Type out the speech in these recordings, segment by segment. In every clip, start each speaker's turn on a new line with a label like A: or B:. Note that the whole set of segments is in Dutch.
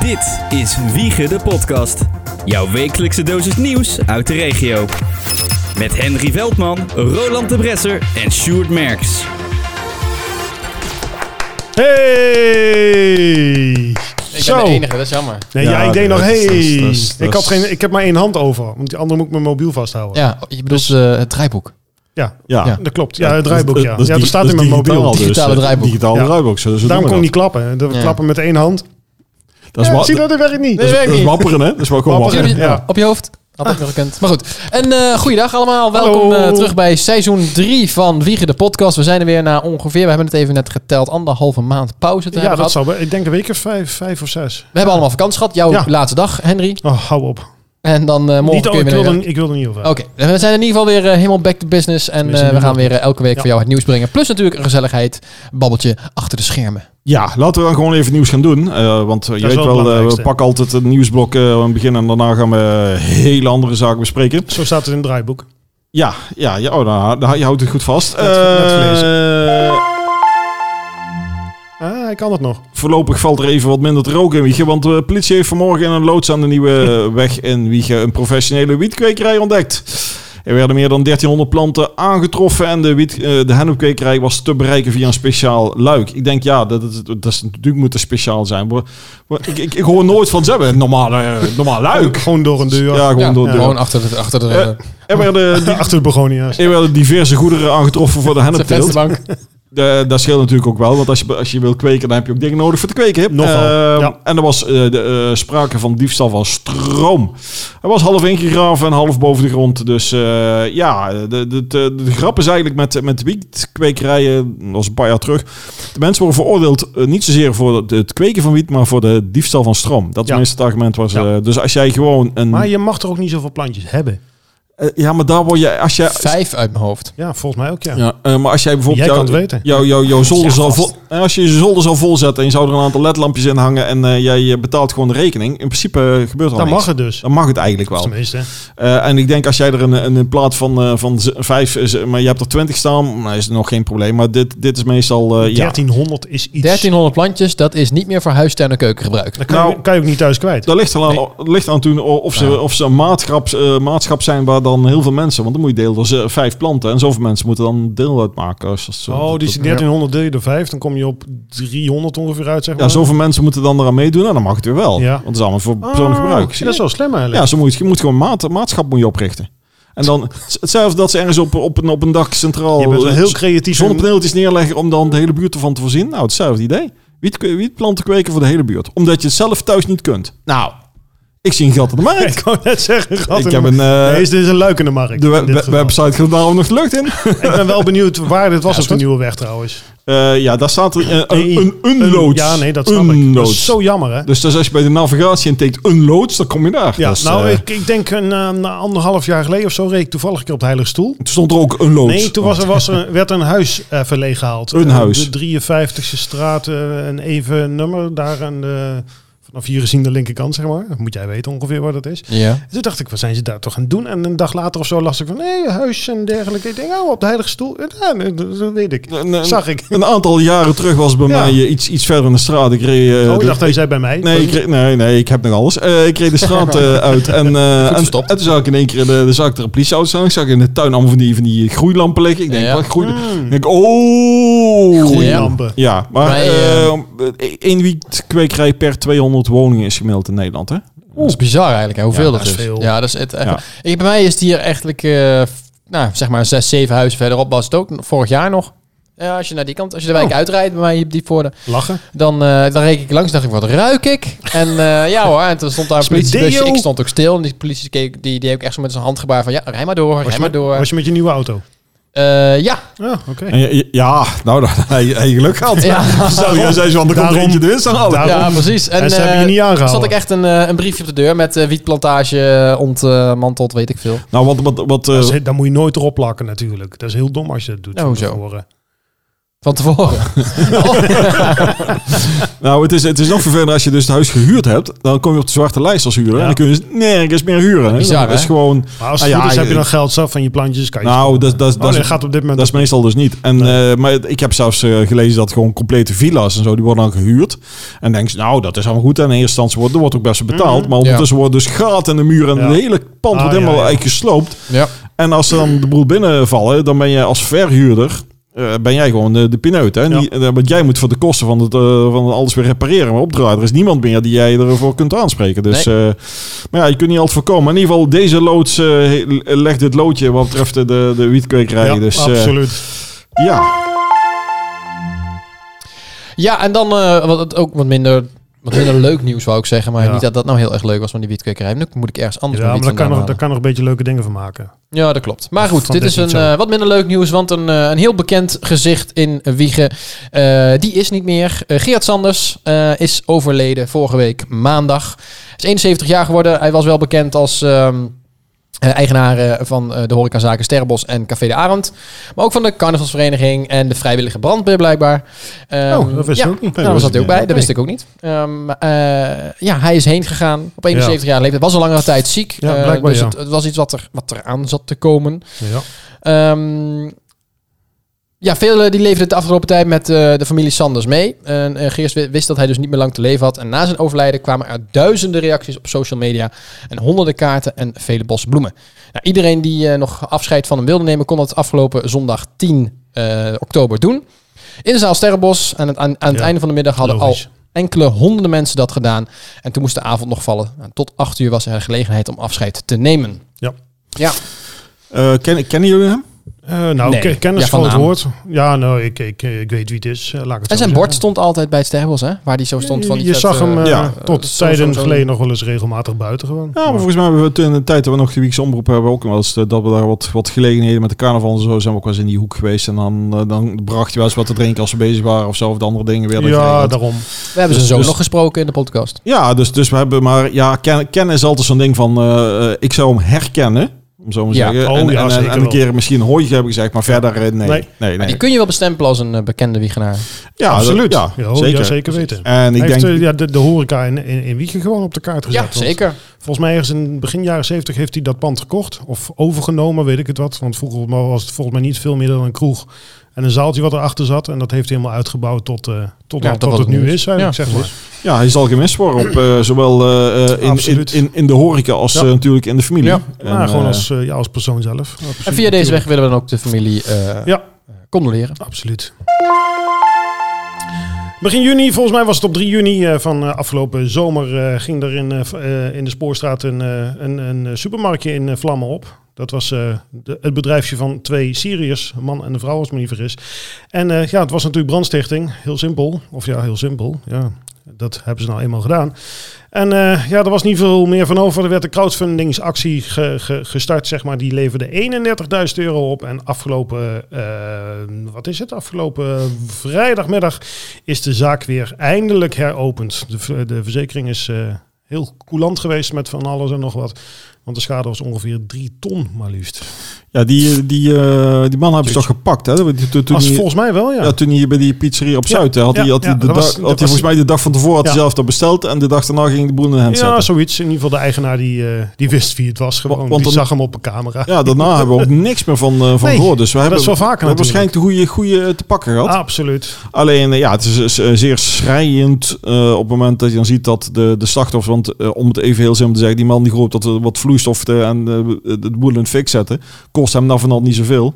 A: Dit is Wiegen de Podcast. Jouw wekelijkse dosis nieuws uit de regio. Met Henry Veldman, Roland de Bresser en Sjoerd Merks.
B: Hey!
C: Ik ben de enige, dat is jammer.
B: Nee, ja,
D: Ja,
B: ik denk
D: dat
B: nog,
D: is-
B: hey!
D: dat is- dat is-
B: ik,
D: dat
B: had
D: is-
B: geen, ik heb maar één hand over, want die andere moet ik mijn mobiel vasthouden.
C: Ja, je bedoelt eh, het draaiboek.
B: Ja,
D: Ja.
C: Ja.
B: dat klopt. Ja, het draaiboek,
D: Dat-
B: ja.
D: dat is
B: Ja,
D: di-
B: dat staat
D: dat
B: in
D: is
B: mijn
D: digitaal
B: mobiel.
D: dus,
C: Digitale
D: eh,
C: draaiboek.
D: Digitale
B: Ja.
D: draaiboek. Zo, dus
B: Daarom kon
D: kon
B: ik niet klappen. Dat we
C: Ja.
B: klappen met één hand.
D: Dat is
B: Ja,
D: wa-
B: zie je nou, dat? Dat werkt niet.
D: dat is-
C: Nee, werkt
D: dat is
C: niet.
D: wapperen, hè? Dat is wel gewoon
B: Wapperen.
D: wapperen.
C: Jullie-
B: Ja. Ah.
C: Op je hoofd. Had ik nog gekend. Maar goed. En eh, goeiedag allemaal.
B: Hallo.
C: Welkom eh, terug bij seizoen 3 van Wiegen de Podcast. We zijn er weer na ongeveer, we hebben het even net geteld, anderhalve maand pauze te
B: Ja,
C: hebben
B: dat zou
C: gehad.
B: wel- Ik denk een week of vijf, vijf of zes.
C: We hebben allemaal vakantie gehad. Jouw
B: Ja.
C: laatste dag, Henry.
B: Oh, hou op.
C: En dan eh, morgen
B: Niet,
C: kun
B: al-
C: je
B: ik,
C: weer
B: wil
C: naar-
B: er, ik wil er niet over.
C: Oké, we zijn in ieder geval weer eh, helemaal back to business. En
B: Tenminste,
C: eh, we
B: nu
C: gaan
B: wel.
C: weer eh, elke week
B: Ja.
C: voor jou het nieuws brengen. Plus natuurlijk een gezelligheid, babbeltje achter de schermen.
D: Ja, laten we dan gewoon even nieuws gaan doen. eh, want eh, je
B: is
D: weet
B: wel het
D: wel, eh, we
B: belangrijkste.
D: pakken altijd een nieuwsblok eh, aan het begin en daarna gaan we hele andere zaken bespreken.
B: Zo staat het in het draaiboek.
D: Ja, ja, ja oh, nou, nou, je houdt het goed vast.
B: Net- net gelezen.
D: Eh,
B: Ah, ik kan het nog.
D: Voorlopig valt er even wat minder te roken in Wiegen, want de politie heeft vanmorgen in een loods aan de nieuwe weg in Wiegen een professionele wietkwekerij ontdekt. Er werden meer dan 1300 planten aangetroffen en de, wiet, eh, de hennepkwekerij was te bereiken via een speciaal luik. Ik denk, ja, dat, dat, dat is, natuurlijk moet het speciaal zijn. Maar, maar ik, ik, ik hoor nooit van, ze hebben een normale, eh, normaal luik.
B: Gewoon door een deur.
D: Ja, gewoon
C: Ja,
D: door de deur.
C: gewoon achter de... Achter de
D: Eh, Er werden, die-
B: Achter de begonia's.
D: er werden diverse goederen aangetroffen voor de
C: de
D: hennepteelt.
C: vensterbank.
D: De, dat scheelt natuurlijk ook wel, want als je, als je wil kweken, dan heb je ook dingen nodig voor te kweken. hè?
B: Nogal,
D: Ehm,
B: ja.
D: En er was eh, de, eh, sprake van diefstal van stroom. Hij was half ingegraven en half boven de grond. Dus eh, ja, de, de, de, de grap is eigenlijk met, met wietkwekerijen, dat was een paar jaar terug. De mensen worden veroordeeld eh, niet zozeer voor het, het kweken van wiet, maar voor de diefstal van stroom. Dat is
B: Ja.
D: minstens het argument. Was,
B: Ja.
D: dus als jij gewoon een...
B: Maar je mag toch ook niet zoveel plantjes hebben?
D: eh, ja, maar daar word je... Als jij,
C: Vijf uit mijn hoofd.
B: Ja, volgens mij ook, ja.
D: ja, eh, maar als jij bijvoorbeeld...
B: Jij kan
D: jouw-
B: het weten.
D: Jouw, jouw, jouw zolder
C: Ja,
D: zal
C: vast.
D: vol, eh, als je je zolder zal volzetten en je zou er een aantal ledlampjes in hangen en eh, jij eh, betaalt gewoon de rekening, in principe eh, gebeurt er al
B: Dan
D: niks.
B: mag het dus.
D: Dan mag het eigenlijk wel.
B: Tenminste.
D: Eh, en ik denk als jij er een, een, in plaats van, eh, van z- vijf, eh, z- maar je hebt er twintig staan, nou, is het nog geen probleem. Maar dit, dit is meestal... eh, ja.
B: 1300 is iets.
C: 1300 plantjes, dat is niet meer voor huistuin en keuken gebruikt.
B: Dat kan,
D: Nou-
B: je, kan je ook niet thuis kwijt.
D: Dat ligt, er aan, ligt aan toen of ze, of ze een maatschap, eh, maatschap zijn waar dan heel veel mensen... Want dan moet je deel door ze- vijf planten. En zoveel mensen moeten dan deel uitmaken. Dus dat is-
B: Oh, die 1300 deel je door 5, dan kom je op 300 ongeveer uit, zeg maar.
D: Ja, zoveel mensen moeten dan eraan meedoen. En dan mag het weer wel.
B: Ja.
D: Want het is allemaal voor
B: Ah,
D: persoonlijk gebruik.
B: Dat is wel slim eigenlijk.
D: Ja, ze moet, je moet gewoon maat, maatschap moet je oprichten. En dan hetzelfde dat ze ergens op, op, een, op een dak centraal
B: je bent wel
D: eh,
B: heel
D: z-
B: creatief.
D: zonnepaneeltjes neerleggen om dan de hele buurt ervan te voorzien. Nou, hetzelfde idee. Wiet, wietplanten kweken voor de hele buurt. Omdat je het zelf thuis niet kunt. Nou, ik zie een gat in de
B: in-
D: markt.
B: Ik kan net zeggen, gat
D: ik
B: in
D: heb
B: de-
D: een... eh,
B: Nee, is dit is een luik in de markt.
D: de
B: in
D: we-
B: dit
D: we-
B: geval.
D: website gaat daarom nog de lucht in.
B: Ik ben wel benieuwd waar dit was
D: Ja,
B: op de
D: goed.
B: nieuwe weg trouwens.
D: Eh, ja, daar staat eh,
B: Nee,
D: een, een, een loods.
B: Ja, nee, dat snap ik.
D: Een
B: Dat
D: loods.
B: is zo jammer, hè?
D: Dus, dus als je bij de navigatie intikt een loods, dan kom je daar.
B: Ja,
D: Dus,
B: nou,
D: eh,
B: ik, ik denk een eh, na anderhalf jaar geleden of zo reed ik toevallig een keer op de Heilige Stoel.
D: toen stond er ook een loods.
B: Nee, toen was er, was er, een- werd een huis even leeggehaald.
D: Een
B: Eh, De
D: huis.
B: 53ste straat, eh, een even nummer. Daar aan de, vanaf hier gezien de linkerkant, zeg maar. Moet jij weten ongeveer waar dat is.
C: Ja.
B: En toen dacht ik, wat zijn ze daar toch aan het doen? En een dag later of zo las ik van, nee, huis en dergelijke. Ik denk, oh, op de heilige stoel. Ja, nee, dat dat weet ik.
D: Een, een,
B: Zag ik.
D: een aantal jaren terug was het bij
B: Ja.
D: mij eh, iets, iets verder in de straat. Ik reed, eh,
B: oh, ik
D: de-
B: dacht, hij
D: ik-
B: zei bij mij.
D: nee, ik reed- nee, nee, ik heb nog alles. Eh, ik reed de straat eh, uit en, eh, en, en
C: verstopt.
D: toen zag ik in één keer de, de zag ik er een politieauto staan. Ik zag in de tuin allemaal van die, van die eh, groeilampen liggen. Ik denk,
C: Ja.
D: wat groei? Ik
B: Mm,
D: denk, oh.
C: Groei-
B: lampen.
D: Ja, maar
C: Wij,
D: eh, één wiet kwekerij per 200 woningen is gemiddeld in Nederland, hè?
C: Dat is bizar eigenlijk, hè, hoeveel
B: Ja,
C: dat,
B: dat is
C: is.
B: veel.
C: Ja, dat is het. echt-
D: Ja.
C: Ik, bij mij is het hier eigenlijk, eh, f- nou, zeg maar zes, zeven huizen verderop was het ook vorig jaar nog. Ja, als je naar die kant, als je de
B: Oh.
C: wijk uitrijdt bij mij hier op die voorde,
B: Lachen.
C: dan, eh dan reek ik langs, dacht ik, wat ruik ik? En eh, ja hoor, en toen stond daar een politiebusje,
B: Smedeo.
C: ik stond ook stil en die politie keek, die, die heeft ook echt zo met zijn handgebaar van, ja, rij maar door,
B: Was
C: rij
B: je,
C: maar
B: met,
C: door.
B: was je met je nieuwe auto?
C: Eh, ja,
B: Ja, oké.
D: En je- je- ja, nou, dat hij hij geluk gehad.
C: Ja.
D: Zou je zei zo, want er komt er
B: Daarom-
D: eentje de winst aan halen.
B: daarom-
C: Ja, precies.
B: En ze
C: eh,
B: hebben je niet aangehouden.
C: Zat ik echt een, eh, een briefje op de deur met eh, wietplantage eh, ontmanteld, weet ik veel.
D: Nou, wat, wat, wat, eh,
B: Dat is- daar moet je nooit erop plakken natuurlijk. Dat is heel dom als je dat doet.
C: Nou, hoezo?
B: van tevoren.
C: Van tevoren.
D: Nou, het is, het is nog vervelender als je dus het huis gehuurd hebt. Dan kom je op de zwarte lijst als huurder.
B: Ja.
D: En dan kun je dus nergens meer huren. hè.
C: Bizar,
D: dat is
C: hè?
D: gewoon...
B: Maar als
D: Ah,
B: het
D: ja,
B: goed is, heb
D: je-
B: je dan geld af van je plantjes. Kan je
D: Nou, dat, dat,
B: Oh,
D: dat,
B: nee,
D: is-
B: dat gaat op dit moment
D: dat is meestal dus niet. En, eh, maar het- ik heb zelfs eh, gelezen dat gewoon complete villa's en zo, die worden dan gehuurd. En denk je, nou, dat is allemaal goed. En in eerste instantie wordt er wordt ook best wel betaald. Maar ondertussen worden dus gaten in de muur en
B: Mhm. Ja.
D: het hele pand
B: Ah,
D: wordt
B: ja,
D: helemaal
B: ja.
D: eigenlijk gesloopt.
C: ja.
D: En als ze dan de boel binnenvallen, dan ben je als verhuurder... eh, ben jij gewoon de, de pineut, hè?
B: Ja.
D: Niet- eh, want jij moet voor de kosten van, het, eh, van alles weer repareren, maar opdraaien. Er is niemand meer die jij ervoor kunt aanspreken. Dus, eh, maar ja, je kunt niet altijd voorkomen. Maar in ieder geval, deze loods eh, he- legt het loodje wat betreft de, de, de wietkwekerij.
B: Ja,
D: dus, eh,
B: absoluut.
D: ja.
C: ja, en dan eh, wat het ook wat minder, wat minder leuk nieuws, wou ik zeggen. Maar
B: Ja.
C: niet dat dat nou heel erg leuk was van die wietkwekerij. Nu moet ik ergens anders
B: Ja, maar
C: mijn
B: daar
C: wiet
B: kan, nog,
C: vandaan
B: daar kan nog een beetje leuke dingen van maken.
C: Ja, dat klopt. Maar goed,
B: Van
C: dit is
B: dit
C: een
B: niet zo.
C: eh, wat minder leuk nieuws, want een, eh, een heel bekend gezicht in Wiegen, eh, die is niet meer. Eh, Geert Sanders eh, is overleden vorige week maandag. Hij is 71 jaar geworden. Hij was wel bekend als ehm, eh, eigenaar eh, van eh, de horecazaken Sterrenbos en Café de Arend. Maar ook van de carnavalsvereniging en de vrijwillige brandweer blijkbaar. Ehm,
B: oh, dat wist
C: ja,
B: ik ook niet.
C: daar
D: Nee, dat
C: was
D: wist
C: dat ook
D: ik
C: bij,
D: niet.
C: dat wist ik ook niet. Ehm, eh, ja, hij is heen gegaan op 71 jaar leeftijd. Was al langere tijd ziek.
B: Ja,
C: eh,
B: blijkbaar,
C: dus
B: ja.
C: het, het was iets wat, er, wat eraan zat te komen.
B: Ja.
C: Ehm, ja, velen die leefden de afgelopen tijd met eh, de familie Sanders mee. En eh, Geers wi- wist dat hij dus niet meer lang te leven had. En na zijn overlijden kwamen er duizenden reacties op social media. En honderden kaarten en vele bossen bloemen. Nou, iedereen die eh, nog afscheid van hem wilde nemen, kon dat afgelopen zondag 10 eh, oktober doen. In de zaal Sterrenbos. Aan het, aan, aan het
B: Ja,
C: einde van de middag hadden al
B: logisch.
C: enkele honderden mensen dat gedaan. En toen moest de avond nog vallen. Nou, tot 8 uur was er gelegenheid om afscheid te nemen.
B: Ja.
C: Ja.
D: Eh, ken, kennen jullie hem?
B: Eh, nou,
C: Nee.
B: ke- kennis
C: Ja,
B: van het
C: vandaan.
B: woord. Ja, nou, ik, ik, ik weet wie het is. eh, Laat ik het
C: En
B: zo
C: zijn
B: zeggen.
C: bord stond altijd bij het Sterrenbos, hè? Waar die zo stond van... die
B: je
C: vet,
B: zag hem
C: eh,
B: eh,
D: ja,
B: tot
C: eh,
B: tijden
C: zo'n- zo'n-
B: geleden nog wel eens regelmatig buiten gewoon.
D: Ja, maar volgens mij hebben we toen in de tijd dat we nog de weekse omroep hebben ook wel eens eh, dat we daar wat, wat gelegenheden met de carnaval en zo zijn we ook wel eens in die hoek geweest. En dan, eh, dan bracht je wel eens wat te drinken als ze bezig waren of zo of de andere dingen weer.
B: ja,
D: geregeld.
B: daarom.
C: We hebben ze
D: Dus-
C: zo
D: dus-
C: nog gesproken in de podcast.
D: Ja, dus, dus we hebben maar ja, ken, kennen is altijd zo'n ding van eh, eh, ik zou hem herkennen. Om zo maar te
C: Ja.
D: zeggen.
B: Oh,
D: en,
B: ja,
D: en- en,
B: zeker
D: en een
B: wel.
D: keer misschien hooitje hebben gezegd, maar verder eh, nee.
B: Nee.
D: nee. nee,
C: Die kun je wel bestempelen als een eh, bekende wiegenaar.
D: ja,
B: Absoluut.
D: dat-
B: Ja,
D: ja,
B: hoor,
D: zeker.
B: ja, zeker weten.
D: En ik
B: Hij heeft
D: denk,
B: eh, ja, de, de horeca in, in, in Wiegen gewoon op de kaart gezet.
C: Ja,
B: Want
C: zeker.
B: Volgens mij ergens in begin jaren 70 heeft hij dat pand gekocht. Of overgenomen, weet ik het wat. Want vroeger was het volgens mij niet veel meer dan een kroeg. En een zaaltje wat erachter zat. En dat heeft hij helemaal uitgebouwd tot, eh, tot,
C: Ja,
B: wat- tot
C: tot wat
B: het
C: het
B: nu
C: nu
B: is.
C: is.
B: eigenlijk,
C: Ja,
B: zeg maar.
C: precies.
D: ja, hij zal gemist worden op eh, zowel eh, eh, in, in,
B: Absoluut.
D: in, in de horeca als
B: Ja.
D: eh, natuurlijk in de familie.
C: Ja.
D: En,
B: maar gewoon
D: eh,
B: als, eh, ja, als persoon zelf.
C: En
B: Absoluut,
C: via deze weg
B: natuurlijk.
C: willen we dan ook de familie eh
B: Ja.
C: condoleren.
B: Absoluut. Begin juni, volgens mij was het op 3 juni eh, van eh, afgelopen zomer, eh, ging er in, eh, v- eh, in de spoorstraat een, eh, een, een eh, supermarktje in eh, vlammen op. Dat was eh, de- het bedrijfje van twee Syriërs, een man en een vrouw als ik me niet vergis. En eh, ja, het was natuurlijk brandstichting, heel simpel. Of ja, heel simpel, ja. Dat hebben ze nou eenmaal gedaan. En eh, ja, er was niet veel meer van over. Er werd een crowdfundingsactie ge- ge- gestart, zeg maar. Die leverde 31.000 euro op. En afgelopen, eh, wat is het? Afgelopen vrijdagmiddag is de zaak weer eindelijk heropend. De, v- de verzekering is eh, heel coulant geweest met van alles en nog wat. Want de schade was ongeveer 3 ton, maar liefst.
D: Ja, die, die, eh, die man hebben ze
B: Jeetje.
D: toch gepakt, hè? Toen, toen,
B: Als,
D: hij-
B: volgens mij wel, ja.
D: ja, toen hij bij die pizzeria op
B: Ja,
D: Zuid hè, had,
B: ja,
D: hij, had, hij
B: ja,
D: de
B: dat
D: dag-
B: was-
D: had
B: dat
D: hij
B: was-
D: volgens mij de dag van tevoren had hij
B: Ja.
D: zelf dat besteld en de dag daarna ging de boel in de hand
B: Ja,
D: zetten.
B: zoiets. In ieder geval de eigenaar die, eh, die wist wie het was. Gewoon.
D: Want
B: die
D: dan-
B: zag hem op een camera.
D: Ja, daarna hebben we ook niks meer van, eh, van
B: Nee,
D: gehoord. Dus we
B: dat
D: hebben,
B: is wel vaker
D: we hebben
B: natuurlijk. Ah.
D: waarschijnlijk de goede, goede eh, te pakken gehad.
B: Absoluut.
D: Alleen, eh, ja, het is eh, zeer schrijnend eh, op het moment dat je dan ziet dat de, de slachtoffers... Want eh, om het even heel simpel te zeggen, die man die groot dat er wat vloeistof te- en eh, de boel in het fik zetten... kost hem nou van al niet zoveel.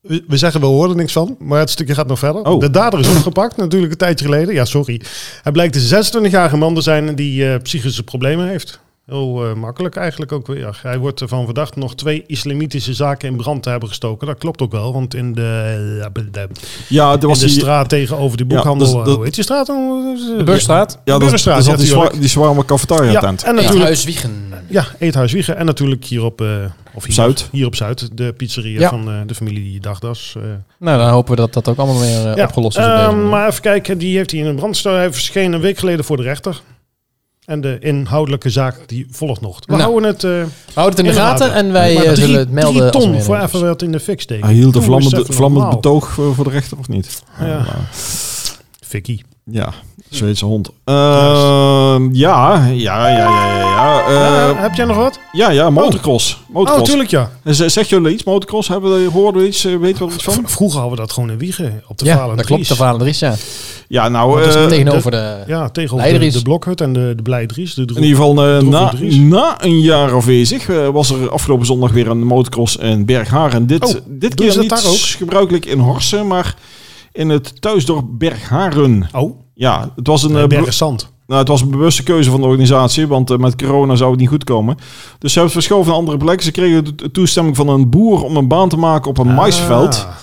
B: We we zeggen, we horen niks van, maar het stukje gaat nog verder.
D: Oh.
B: De dader is opgepakt, natuurlijk een tijdje geleden. Ja, sorry. Hij blijkt een 26-jarige man te zijn die eh, psychische problemen heeft. Heel eh, makkelijk eigenlijk ook weer. Hij wordt ervan verdacht nog twee islamitische zaken in brand te hebben gestoken. Dat klopt ook wel, want in de,
D: Ja, er
B: in
D: was
B: de
D: die...
B: straat tegenover die
D: Ja,
B: boekhandel...
D: dat is-
B: eh,
D: dat-
B: hoe heet die straat? De
C: Burgstraat.
D: Ja, dat,
B: Burgerstraat,
D: dat zat die,
B: natuurlijk.
D: zwa- die zwarme cafetaria
B: Ja,
D: tent.
B: en
C: Natuurlijk.
B: natuurlijk...
C: Huis Wiegen.
B: Ja, Eethuis Wiegen. En natuurlijk hier op... eh, of hier,
D: Zuid.
B: Hier op Zuid, de pizzeria
C: Ja.
B: van eh, de familie die Dagdas... eh,
C: Nou, dan hopen we dat dat ook allemaal weer eh, opgelost is. op
B: ehm,
C: deze manier.
B: maar even kijken, die heeft hij in een brandstof. Hij verscheen een week geleden voor de rechter. En de inhoudelijke zaak die volgt nog. We
C: Nou.
B: houden het... eh,
C: We houden het in de
B: Inderdaad.
C: gaten en wij
B: maar
C: eh,
B: drie-
C: zullen het melden.
B: Drie
C: als er
B: ton
C: meer
B: voor
C: nieuws is.
B: even wat in de fik steken.
D: Hij hield een
B: Doe eens
D: vlammend,
B: even
D: vlammend
B: normaal.
D: betoog eh, voor, voor de rechter, of niet?
B: Ja. Fikkie.
D: Ja, Zweedse hond. Ehm, ja, ja, ja, ja, ja. Ja,
B: Ja,
D: Eh,
B: heb jij nog wat?
D: ja, ja motocross.
B: Oh,
D: motocross.
B: tuurlijk ja.
D: Z- Zegt jullie iets, motocross? Hebben we, hoorden we iets? eh, Weten we er iets
B: V-
D: van?
B: Vroeger hadden we dat gewoon in Wiegen. Op de
C: ja,
B: Valen
C: dat klopt. De
B: Dries.
C: Valendries, ja.
D: Ja, nou,
C: Want dat is
D: eh,
C: tegenover de...
B: Ja, tegenover de,
C: Leidries.
B: de Blokhut en de, de Blijdries. De
D: in ieder geval eh,
B: Droevig
D: na,
B: Dries.
D: na een jaar afwezig eh, was er afgelopen zondag weer een motocross in Bergharen. Dit,
B: Oh,
D: dit
B: doen
D: keer
B: ze
D: niet
B: dat daar ook?
D: gebruikelijk in Horsen, maar in het thuisdorp Bergharen.
B: Oh,
D: Ja, het was een... eh,
B: nee,
D: be-
B: Bergen Zand.
D: Nou, het was een bewuste keuze van de organisatie, want eh, met corona zou het niet goed komen. Dus ze hebben het verschoven naar een andere plek. Ze kregen de to- toestemming van een boer om een baan te maken op een Eh, maisveld.
B: Ah,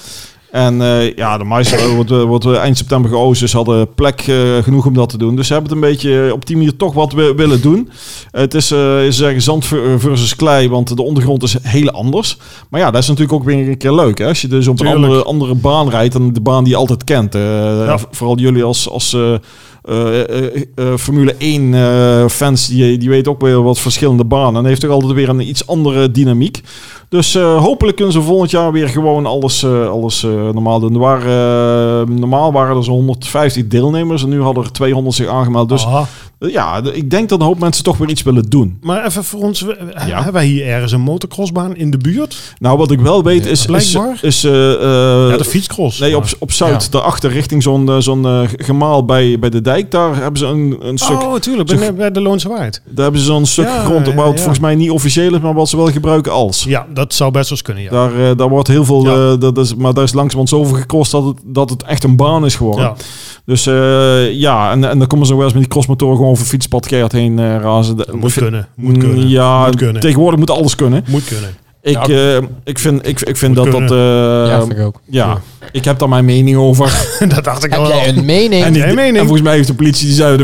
D: En eh, ja, de maisveld wordt, eh, wordt eh, eind september geoogst, dus ze hadden plek eh, genoeg om dat te doen. Dus ze hebben het een beetje eh, op die manier toch wat wi- willen doen. het is, eh, ze zeggen, zand ver- versus klei, want de ondergrond is heel anders. Maar ja, dat is natuurlijk ook weer een keer leuk. Hè? Als je dus op een
B: Tuurlijk.
D: andere, andere baan rijdt dan de baan die je altijd kent. eh,
B: Ja.
D: v- Vooral jullie als... als eh, eh, eh, eh, Formule 1 eh, fans, die, die weten ook weer wat verschillende banen. En heeft toch altijd weer een iets andere dynamiek. Dus eh, hopelijk kunnen ze volgend jaar weer gewoon alles, eh, alles eh, normaal doen. Er waren, eh, normaal waren er zo'n 150 deelnemers en nu hadden er 200 zich aangemeld. Dus
B: aha.
D: eh, ja, d- ik denk dat een hoop mensen toch weer iets willen doen.
B: Maar even voor ons, we- he-
D: Ja.
B: hebben wij hier ergens een motocrossbaan in de buurt?
D: Nou, wat ik wel weet
C: Ja.
D: is... is,
B: Blijkbaar.
D: is eh, eh,
B: ja, de fietscross.
D: Nee, op,
B: Maar-
D: op Zuid,
C: Ja.
D: daarachter, richting zo'n eh, zo'n eh, gemaal bij, bij de dijk. Daar hebben ze een, een stuk
B: Oh, tuurlijk, bij, bij de Loonse Waard.
D: Daar hebben ze zo'n stuk
B: Ja,
D: grond op, wat
B: ja, ja.
D: volgens mij niet officieel is, maar wat ze wel gebruiken als.
B: Ja, dat zou best wel eens kunnen, ja.
D: Daar, eh, daar wordt heel veel,
B: Ja.
D: eh, dat is, maar daar is langzamerhand zoveel gekost dat het, dat het echt een baan is geworden.
B: Ja.
D: Dus eh, ja, en, en dan komen ze wel eens met die crossmotoren gewoon over het fietspad keihard heen eh, razen. De-
B: Moet Mm,
D: de-
B: kunnen, moet kunnen,
D: Ja,
B: moet kunnen.
D: tegenwoordig moet alles kunnen.
B: Moet kunnen.
D: Ik, eh, ik vind, ik, ik vind
B: Moet
D: dat dat...
B: kunnen.
D: eh,
C: ja, vind ik ook.
D: ja, ik heb daar mijn mening over.
B: dat dacht ik
C: Heb
B: al.
C: jij een mening?
D: en, die,
B: jij
D: en
B: mening?
D: volgens mij heeft de politie die zei de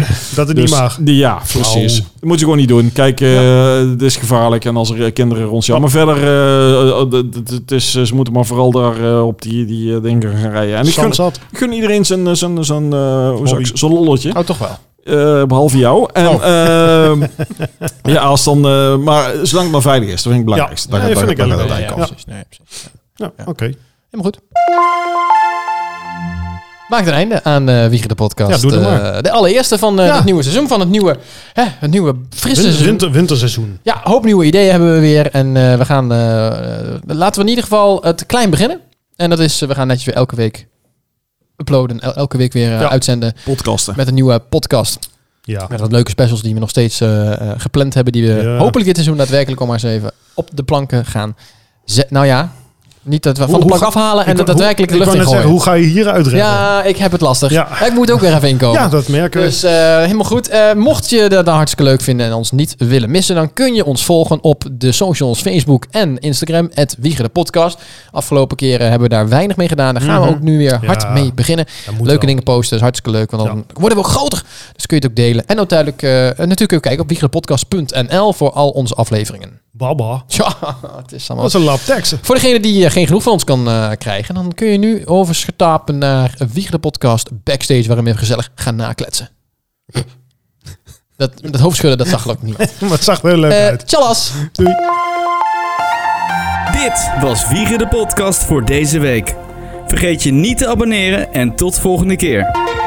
B: Dat het niet
D: Dus
B: mag.
D: die- ja, precies.
B: Au.
D: Dat moet je gewoon niet doen. Kijk, eh het is gevaarlijk en als er eh, kinderen rondjagen. Maar verder, eh, eh, d- d- d- het is, eh, ze moeten maar vooral daar eh, op die, die eh, dingen gaan rijden. En ik gun,
B: Zand zat.
D: ik gun iedereen zijn, eh, zijn, zijn, eh, hoe zou ik-
B: Hobby.
D: zijn lolletje.
C: Oh, toch wel.
D: Eh, behalve jou. En, ehm, ja, als dan, eh, maar zolang het maar veilig is, dat vind ik het belangrijkste.
B: Ja,
D: gaat-
B: dat vind ik
D: gaat
B: wel
D: het
B: leuk.
D: eigenlijk
B: Ja.
C: precies. Nee, precies.
B: Ja,
C: Ja.
B: oké.
C: Helemaal goed. Maakt een einde aan eh Wieger de podcast.
B: Ja, doe dat
C: Eh, de allereerste van eh,
B: Ja.
C: het nieuwe seizoen, van het nieuwe, hè, het nieuwe frisse
B: Winter,
C: seizoen.
B: winter- winterseizoen.
C: Ja, een hoop nieuwe ideeën hebben we weer. En eh, we gaan, eh, eh, laten we in ieder geval het klein beginnen. En dat is, eh, we gaan netjes weer elke week uploaden. el- elke week weer eh,
B: Ja.
C: uitzenden
D: Podcasten.
C: met een nieuwe podcast.
B: Ja.
C: Met wat leuke specials die we nog steeds eh, eh, gepland hebben. Die we
B: Ja.
C: hopelijk dit seizoen daadwerkelijk al maar eens even op de planken gaan zetten. Nou ja, niet dat we van
B: Hoe-
C: de plank
B: hoe-
C: afhalen en
B: Ik-
C: dat daadwerkelijk de
B: hoe- ik
C: lucht
B: wou
C: in
B: net zeggen,
C: gooien.
B: hoe ga je hier uitrennen?
C: Ja, ik heb het lastig.
B: Ja.
C: Ik moet ook weer even inkomen.
B: Ja, dat merken we.
C: Dus eh, helemaal goed. Eh, mocht je dat nou hartstikke leuk vinden en ons niet willen missen, dan kun je ons volgen op de socials, Facebook en Instagram, het Wieger de Podcast. Afgelopen keren hebben we daar weinig mee gedaan. Daar gaan
B: Mhm.
C: we ook nu weer hard
B: Ja,
C: mee beginnen.
B: Dat moet
C: Leuke
B: wel.
C: dingen posten, dat is hartstikke leuk, want dan worden we ook groter. Dus kun je het ook delen. En ook duidelijk, eh, en natuurlijk ook kijken op wiegerpodcast.nl voor al onze afleveringen.
B: Baba.
C: Tja, het is allemaal...
B: Dat is een lab tekst.
C: Voor degene die eh, geen genoeg van ons kan eh, krijgen, dan kun je nu overschatapen naar Wieger de Podcast Backstage, waarin we gezellig gaan nakletsen. dat, dat hoofdschudden, dat zag ik ook niet.
B: Maar het zag er heel leuk
C: Eh
B: uit.
C: tjallas!
B: Doei.
A: Dit was Wiegen de Podcast voor deze week. Vergeet je niet te abonneren en tot volgende keer.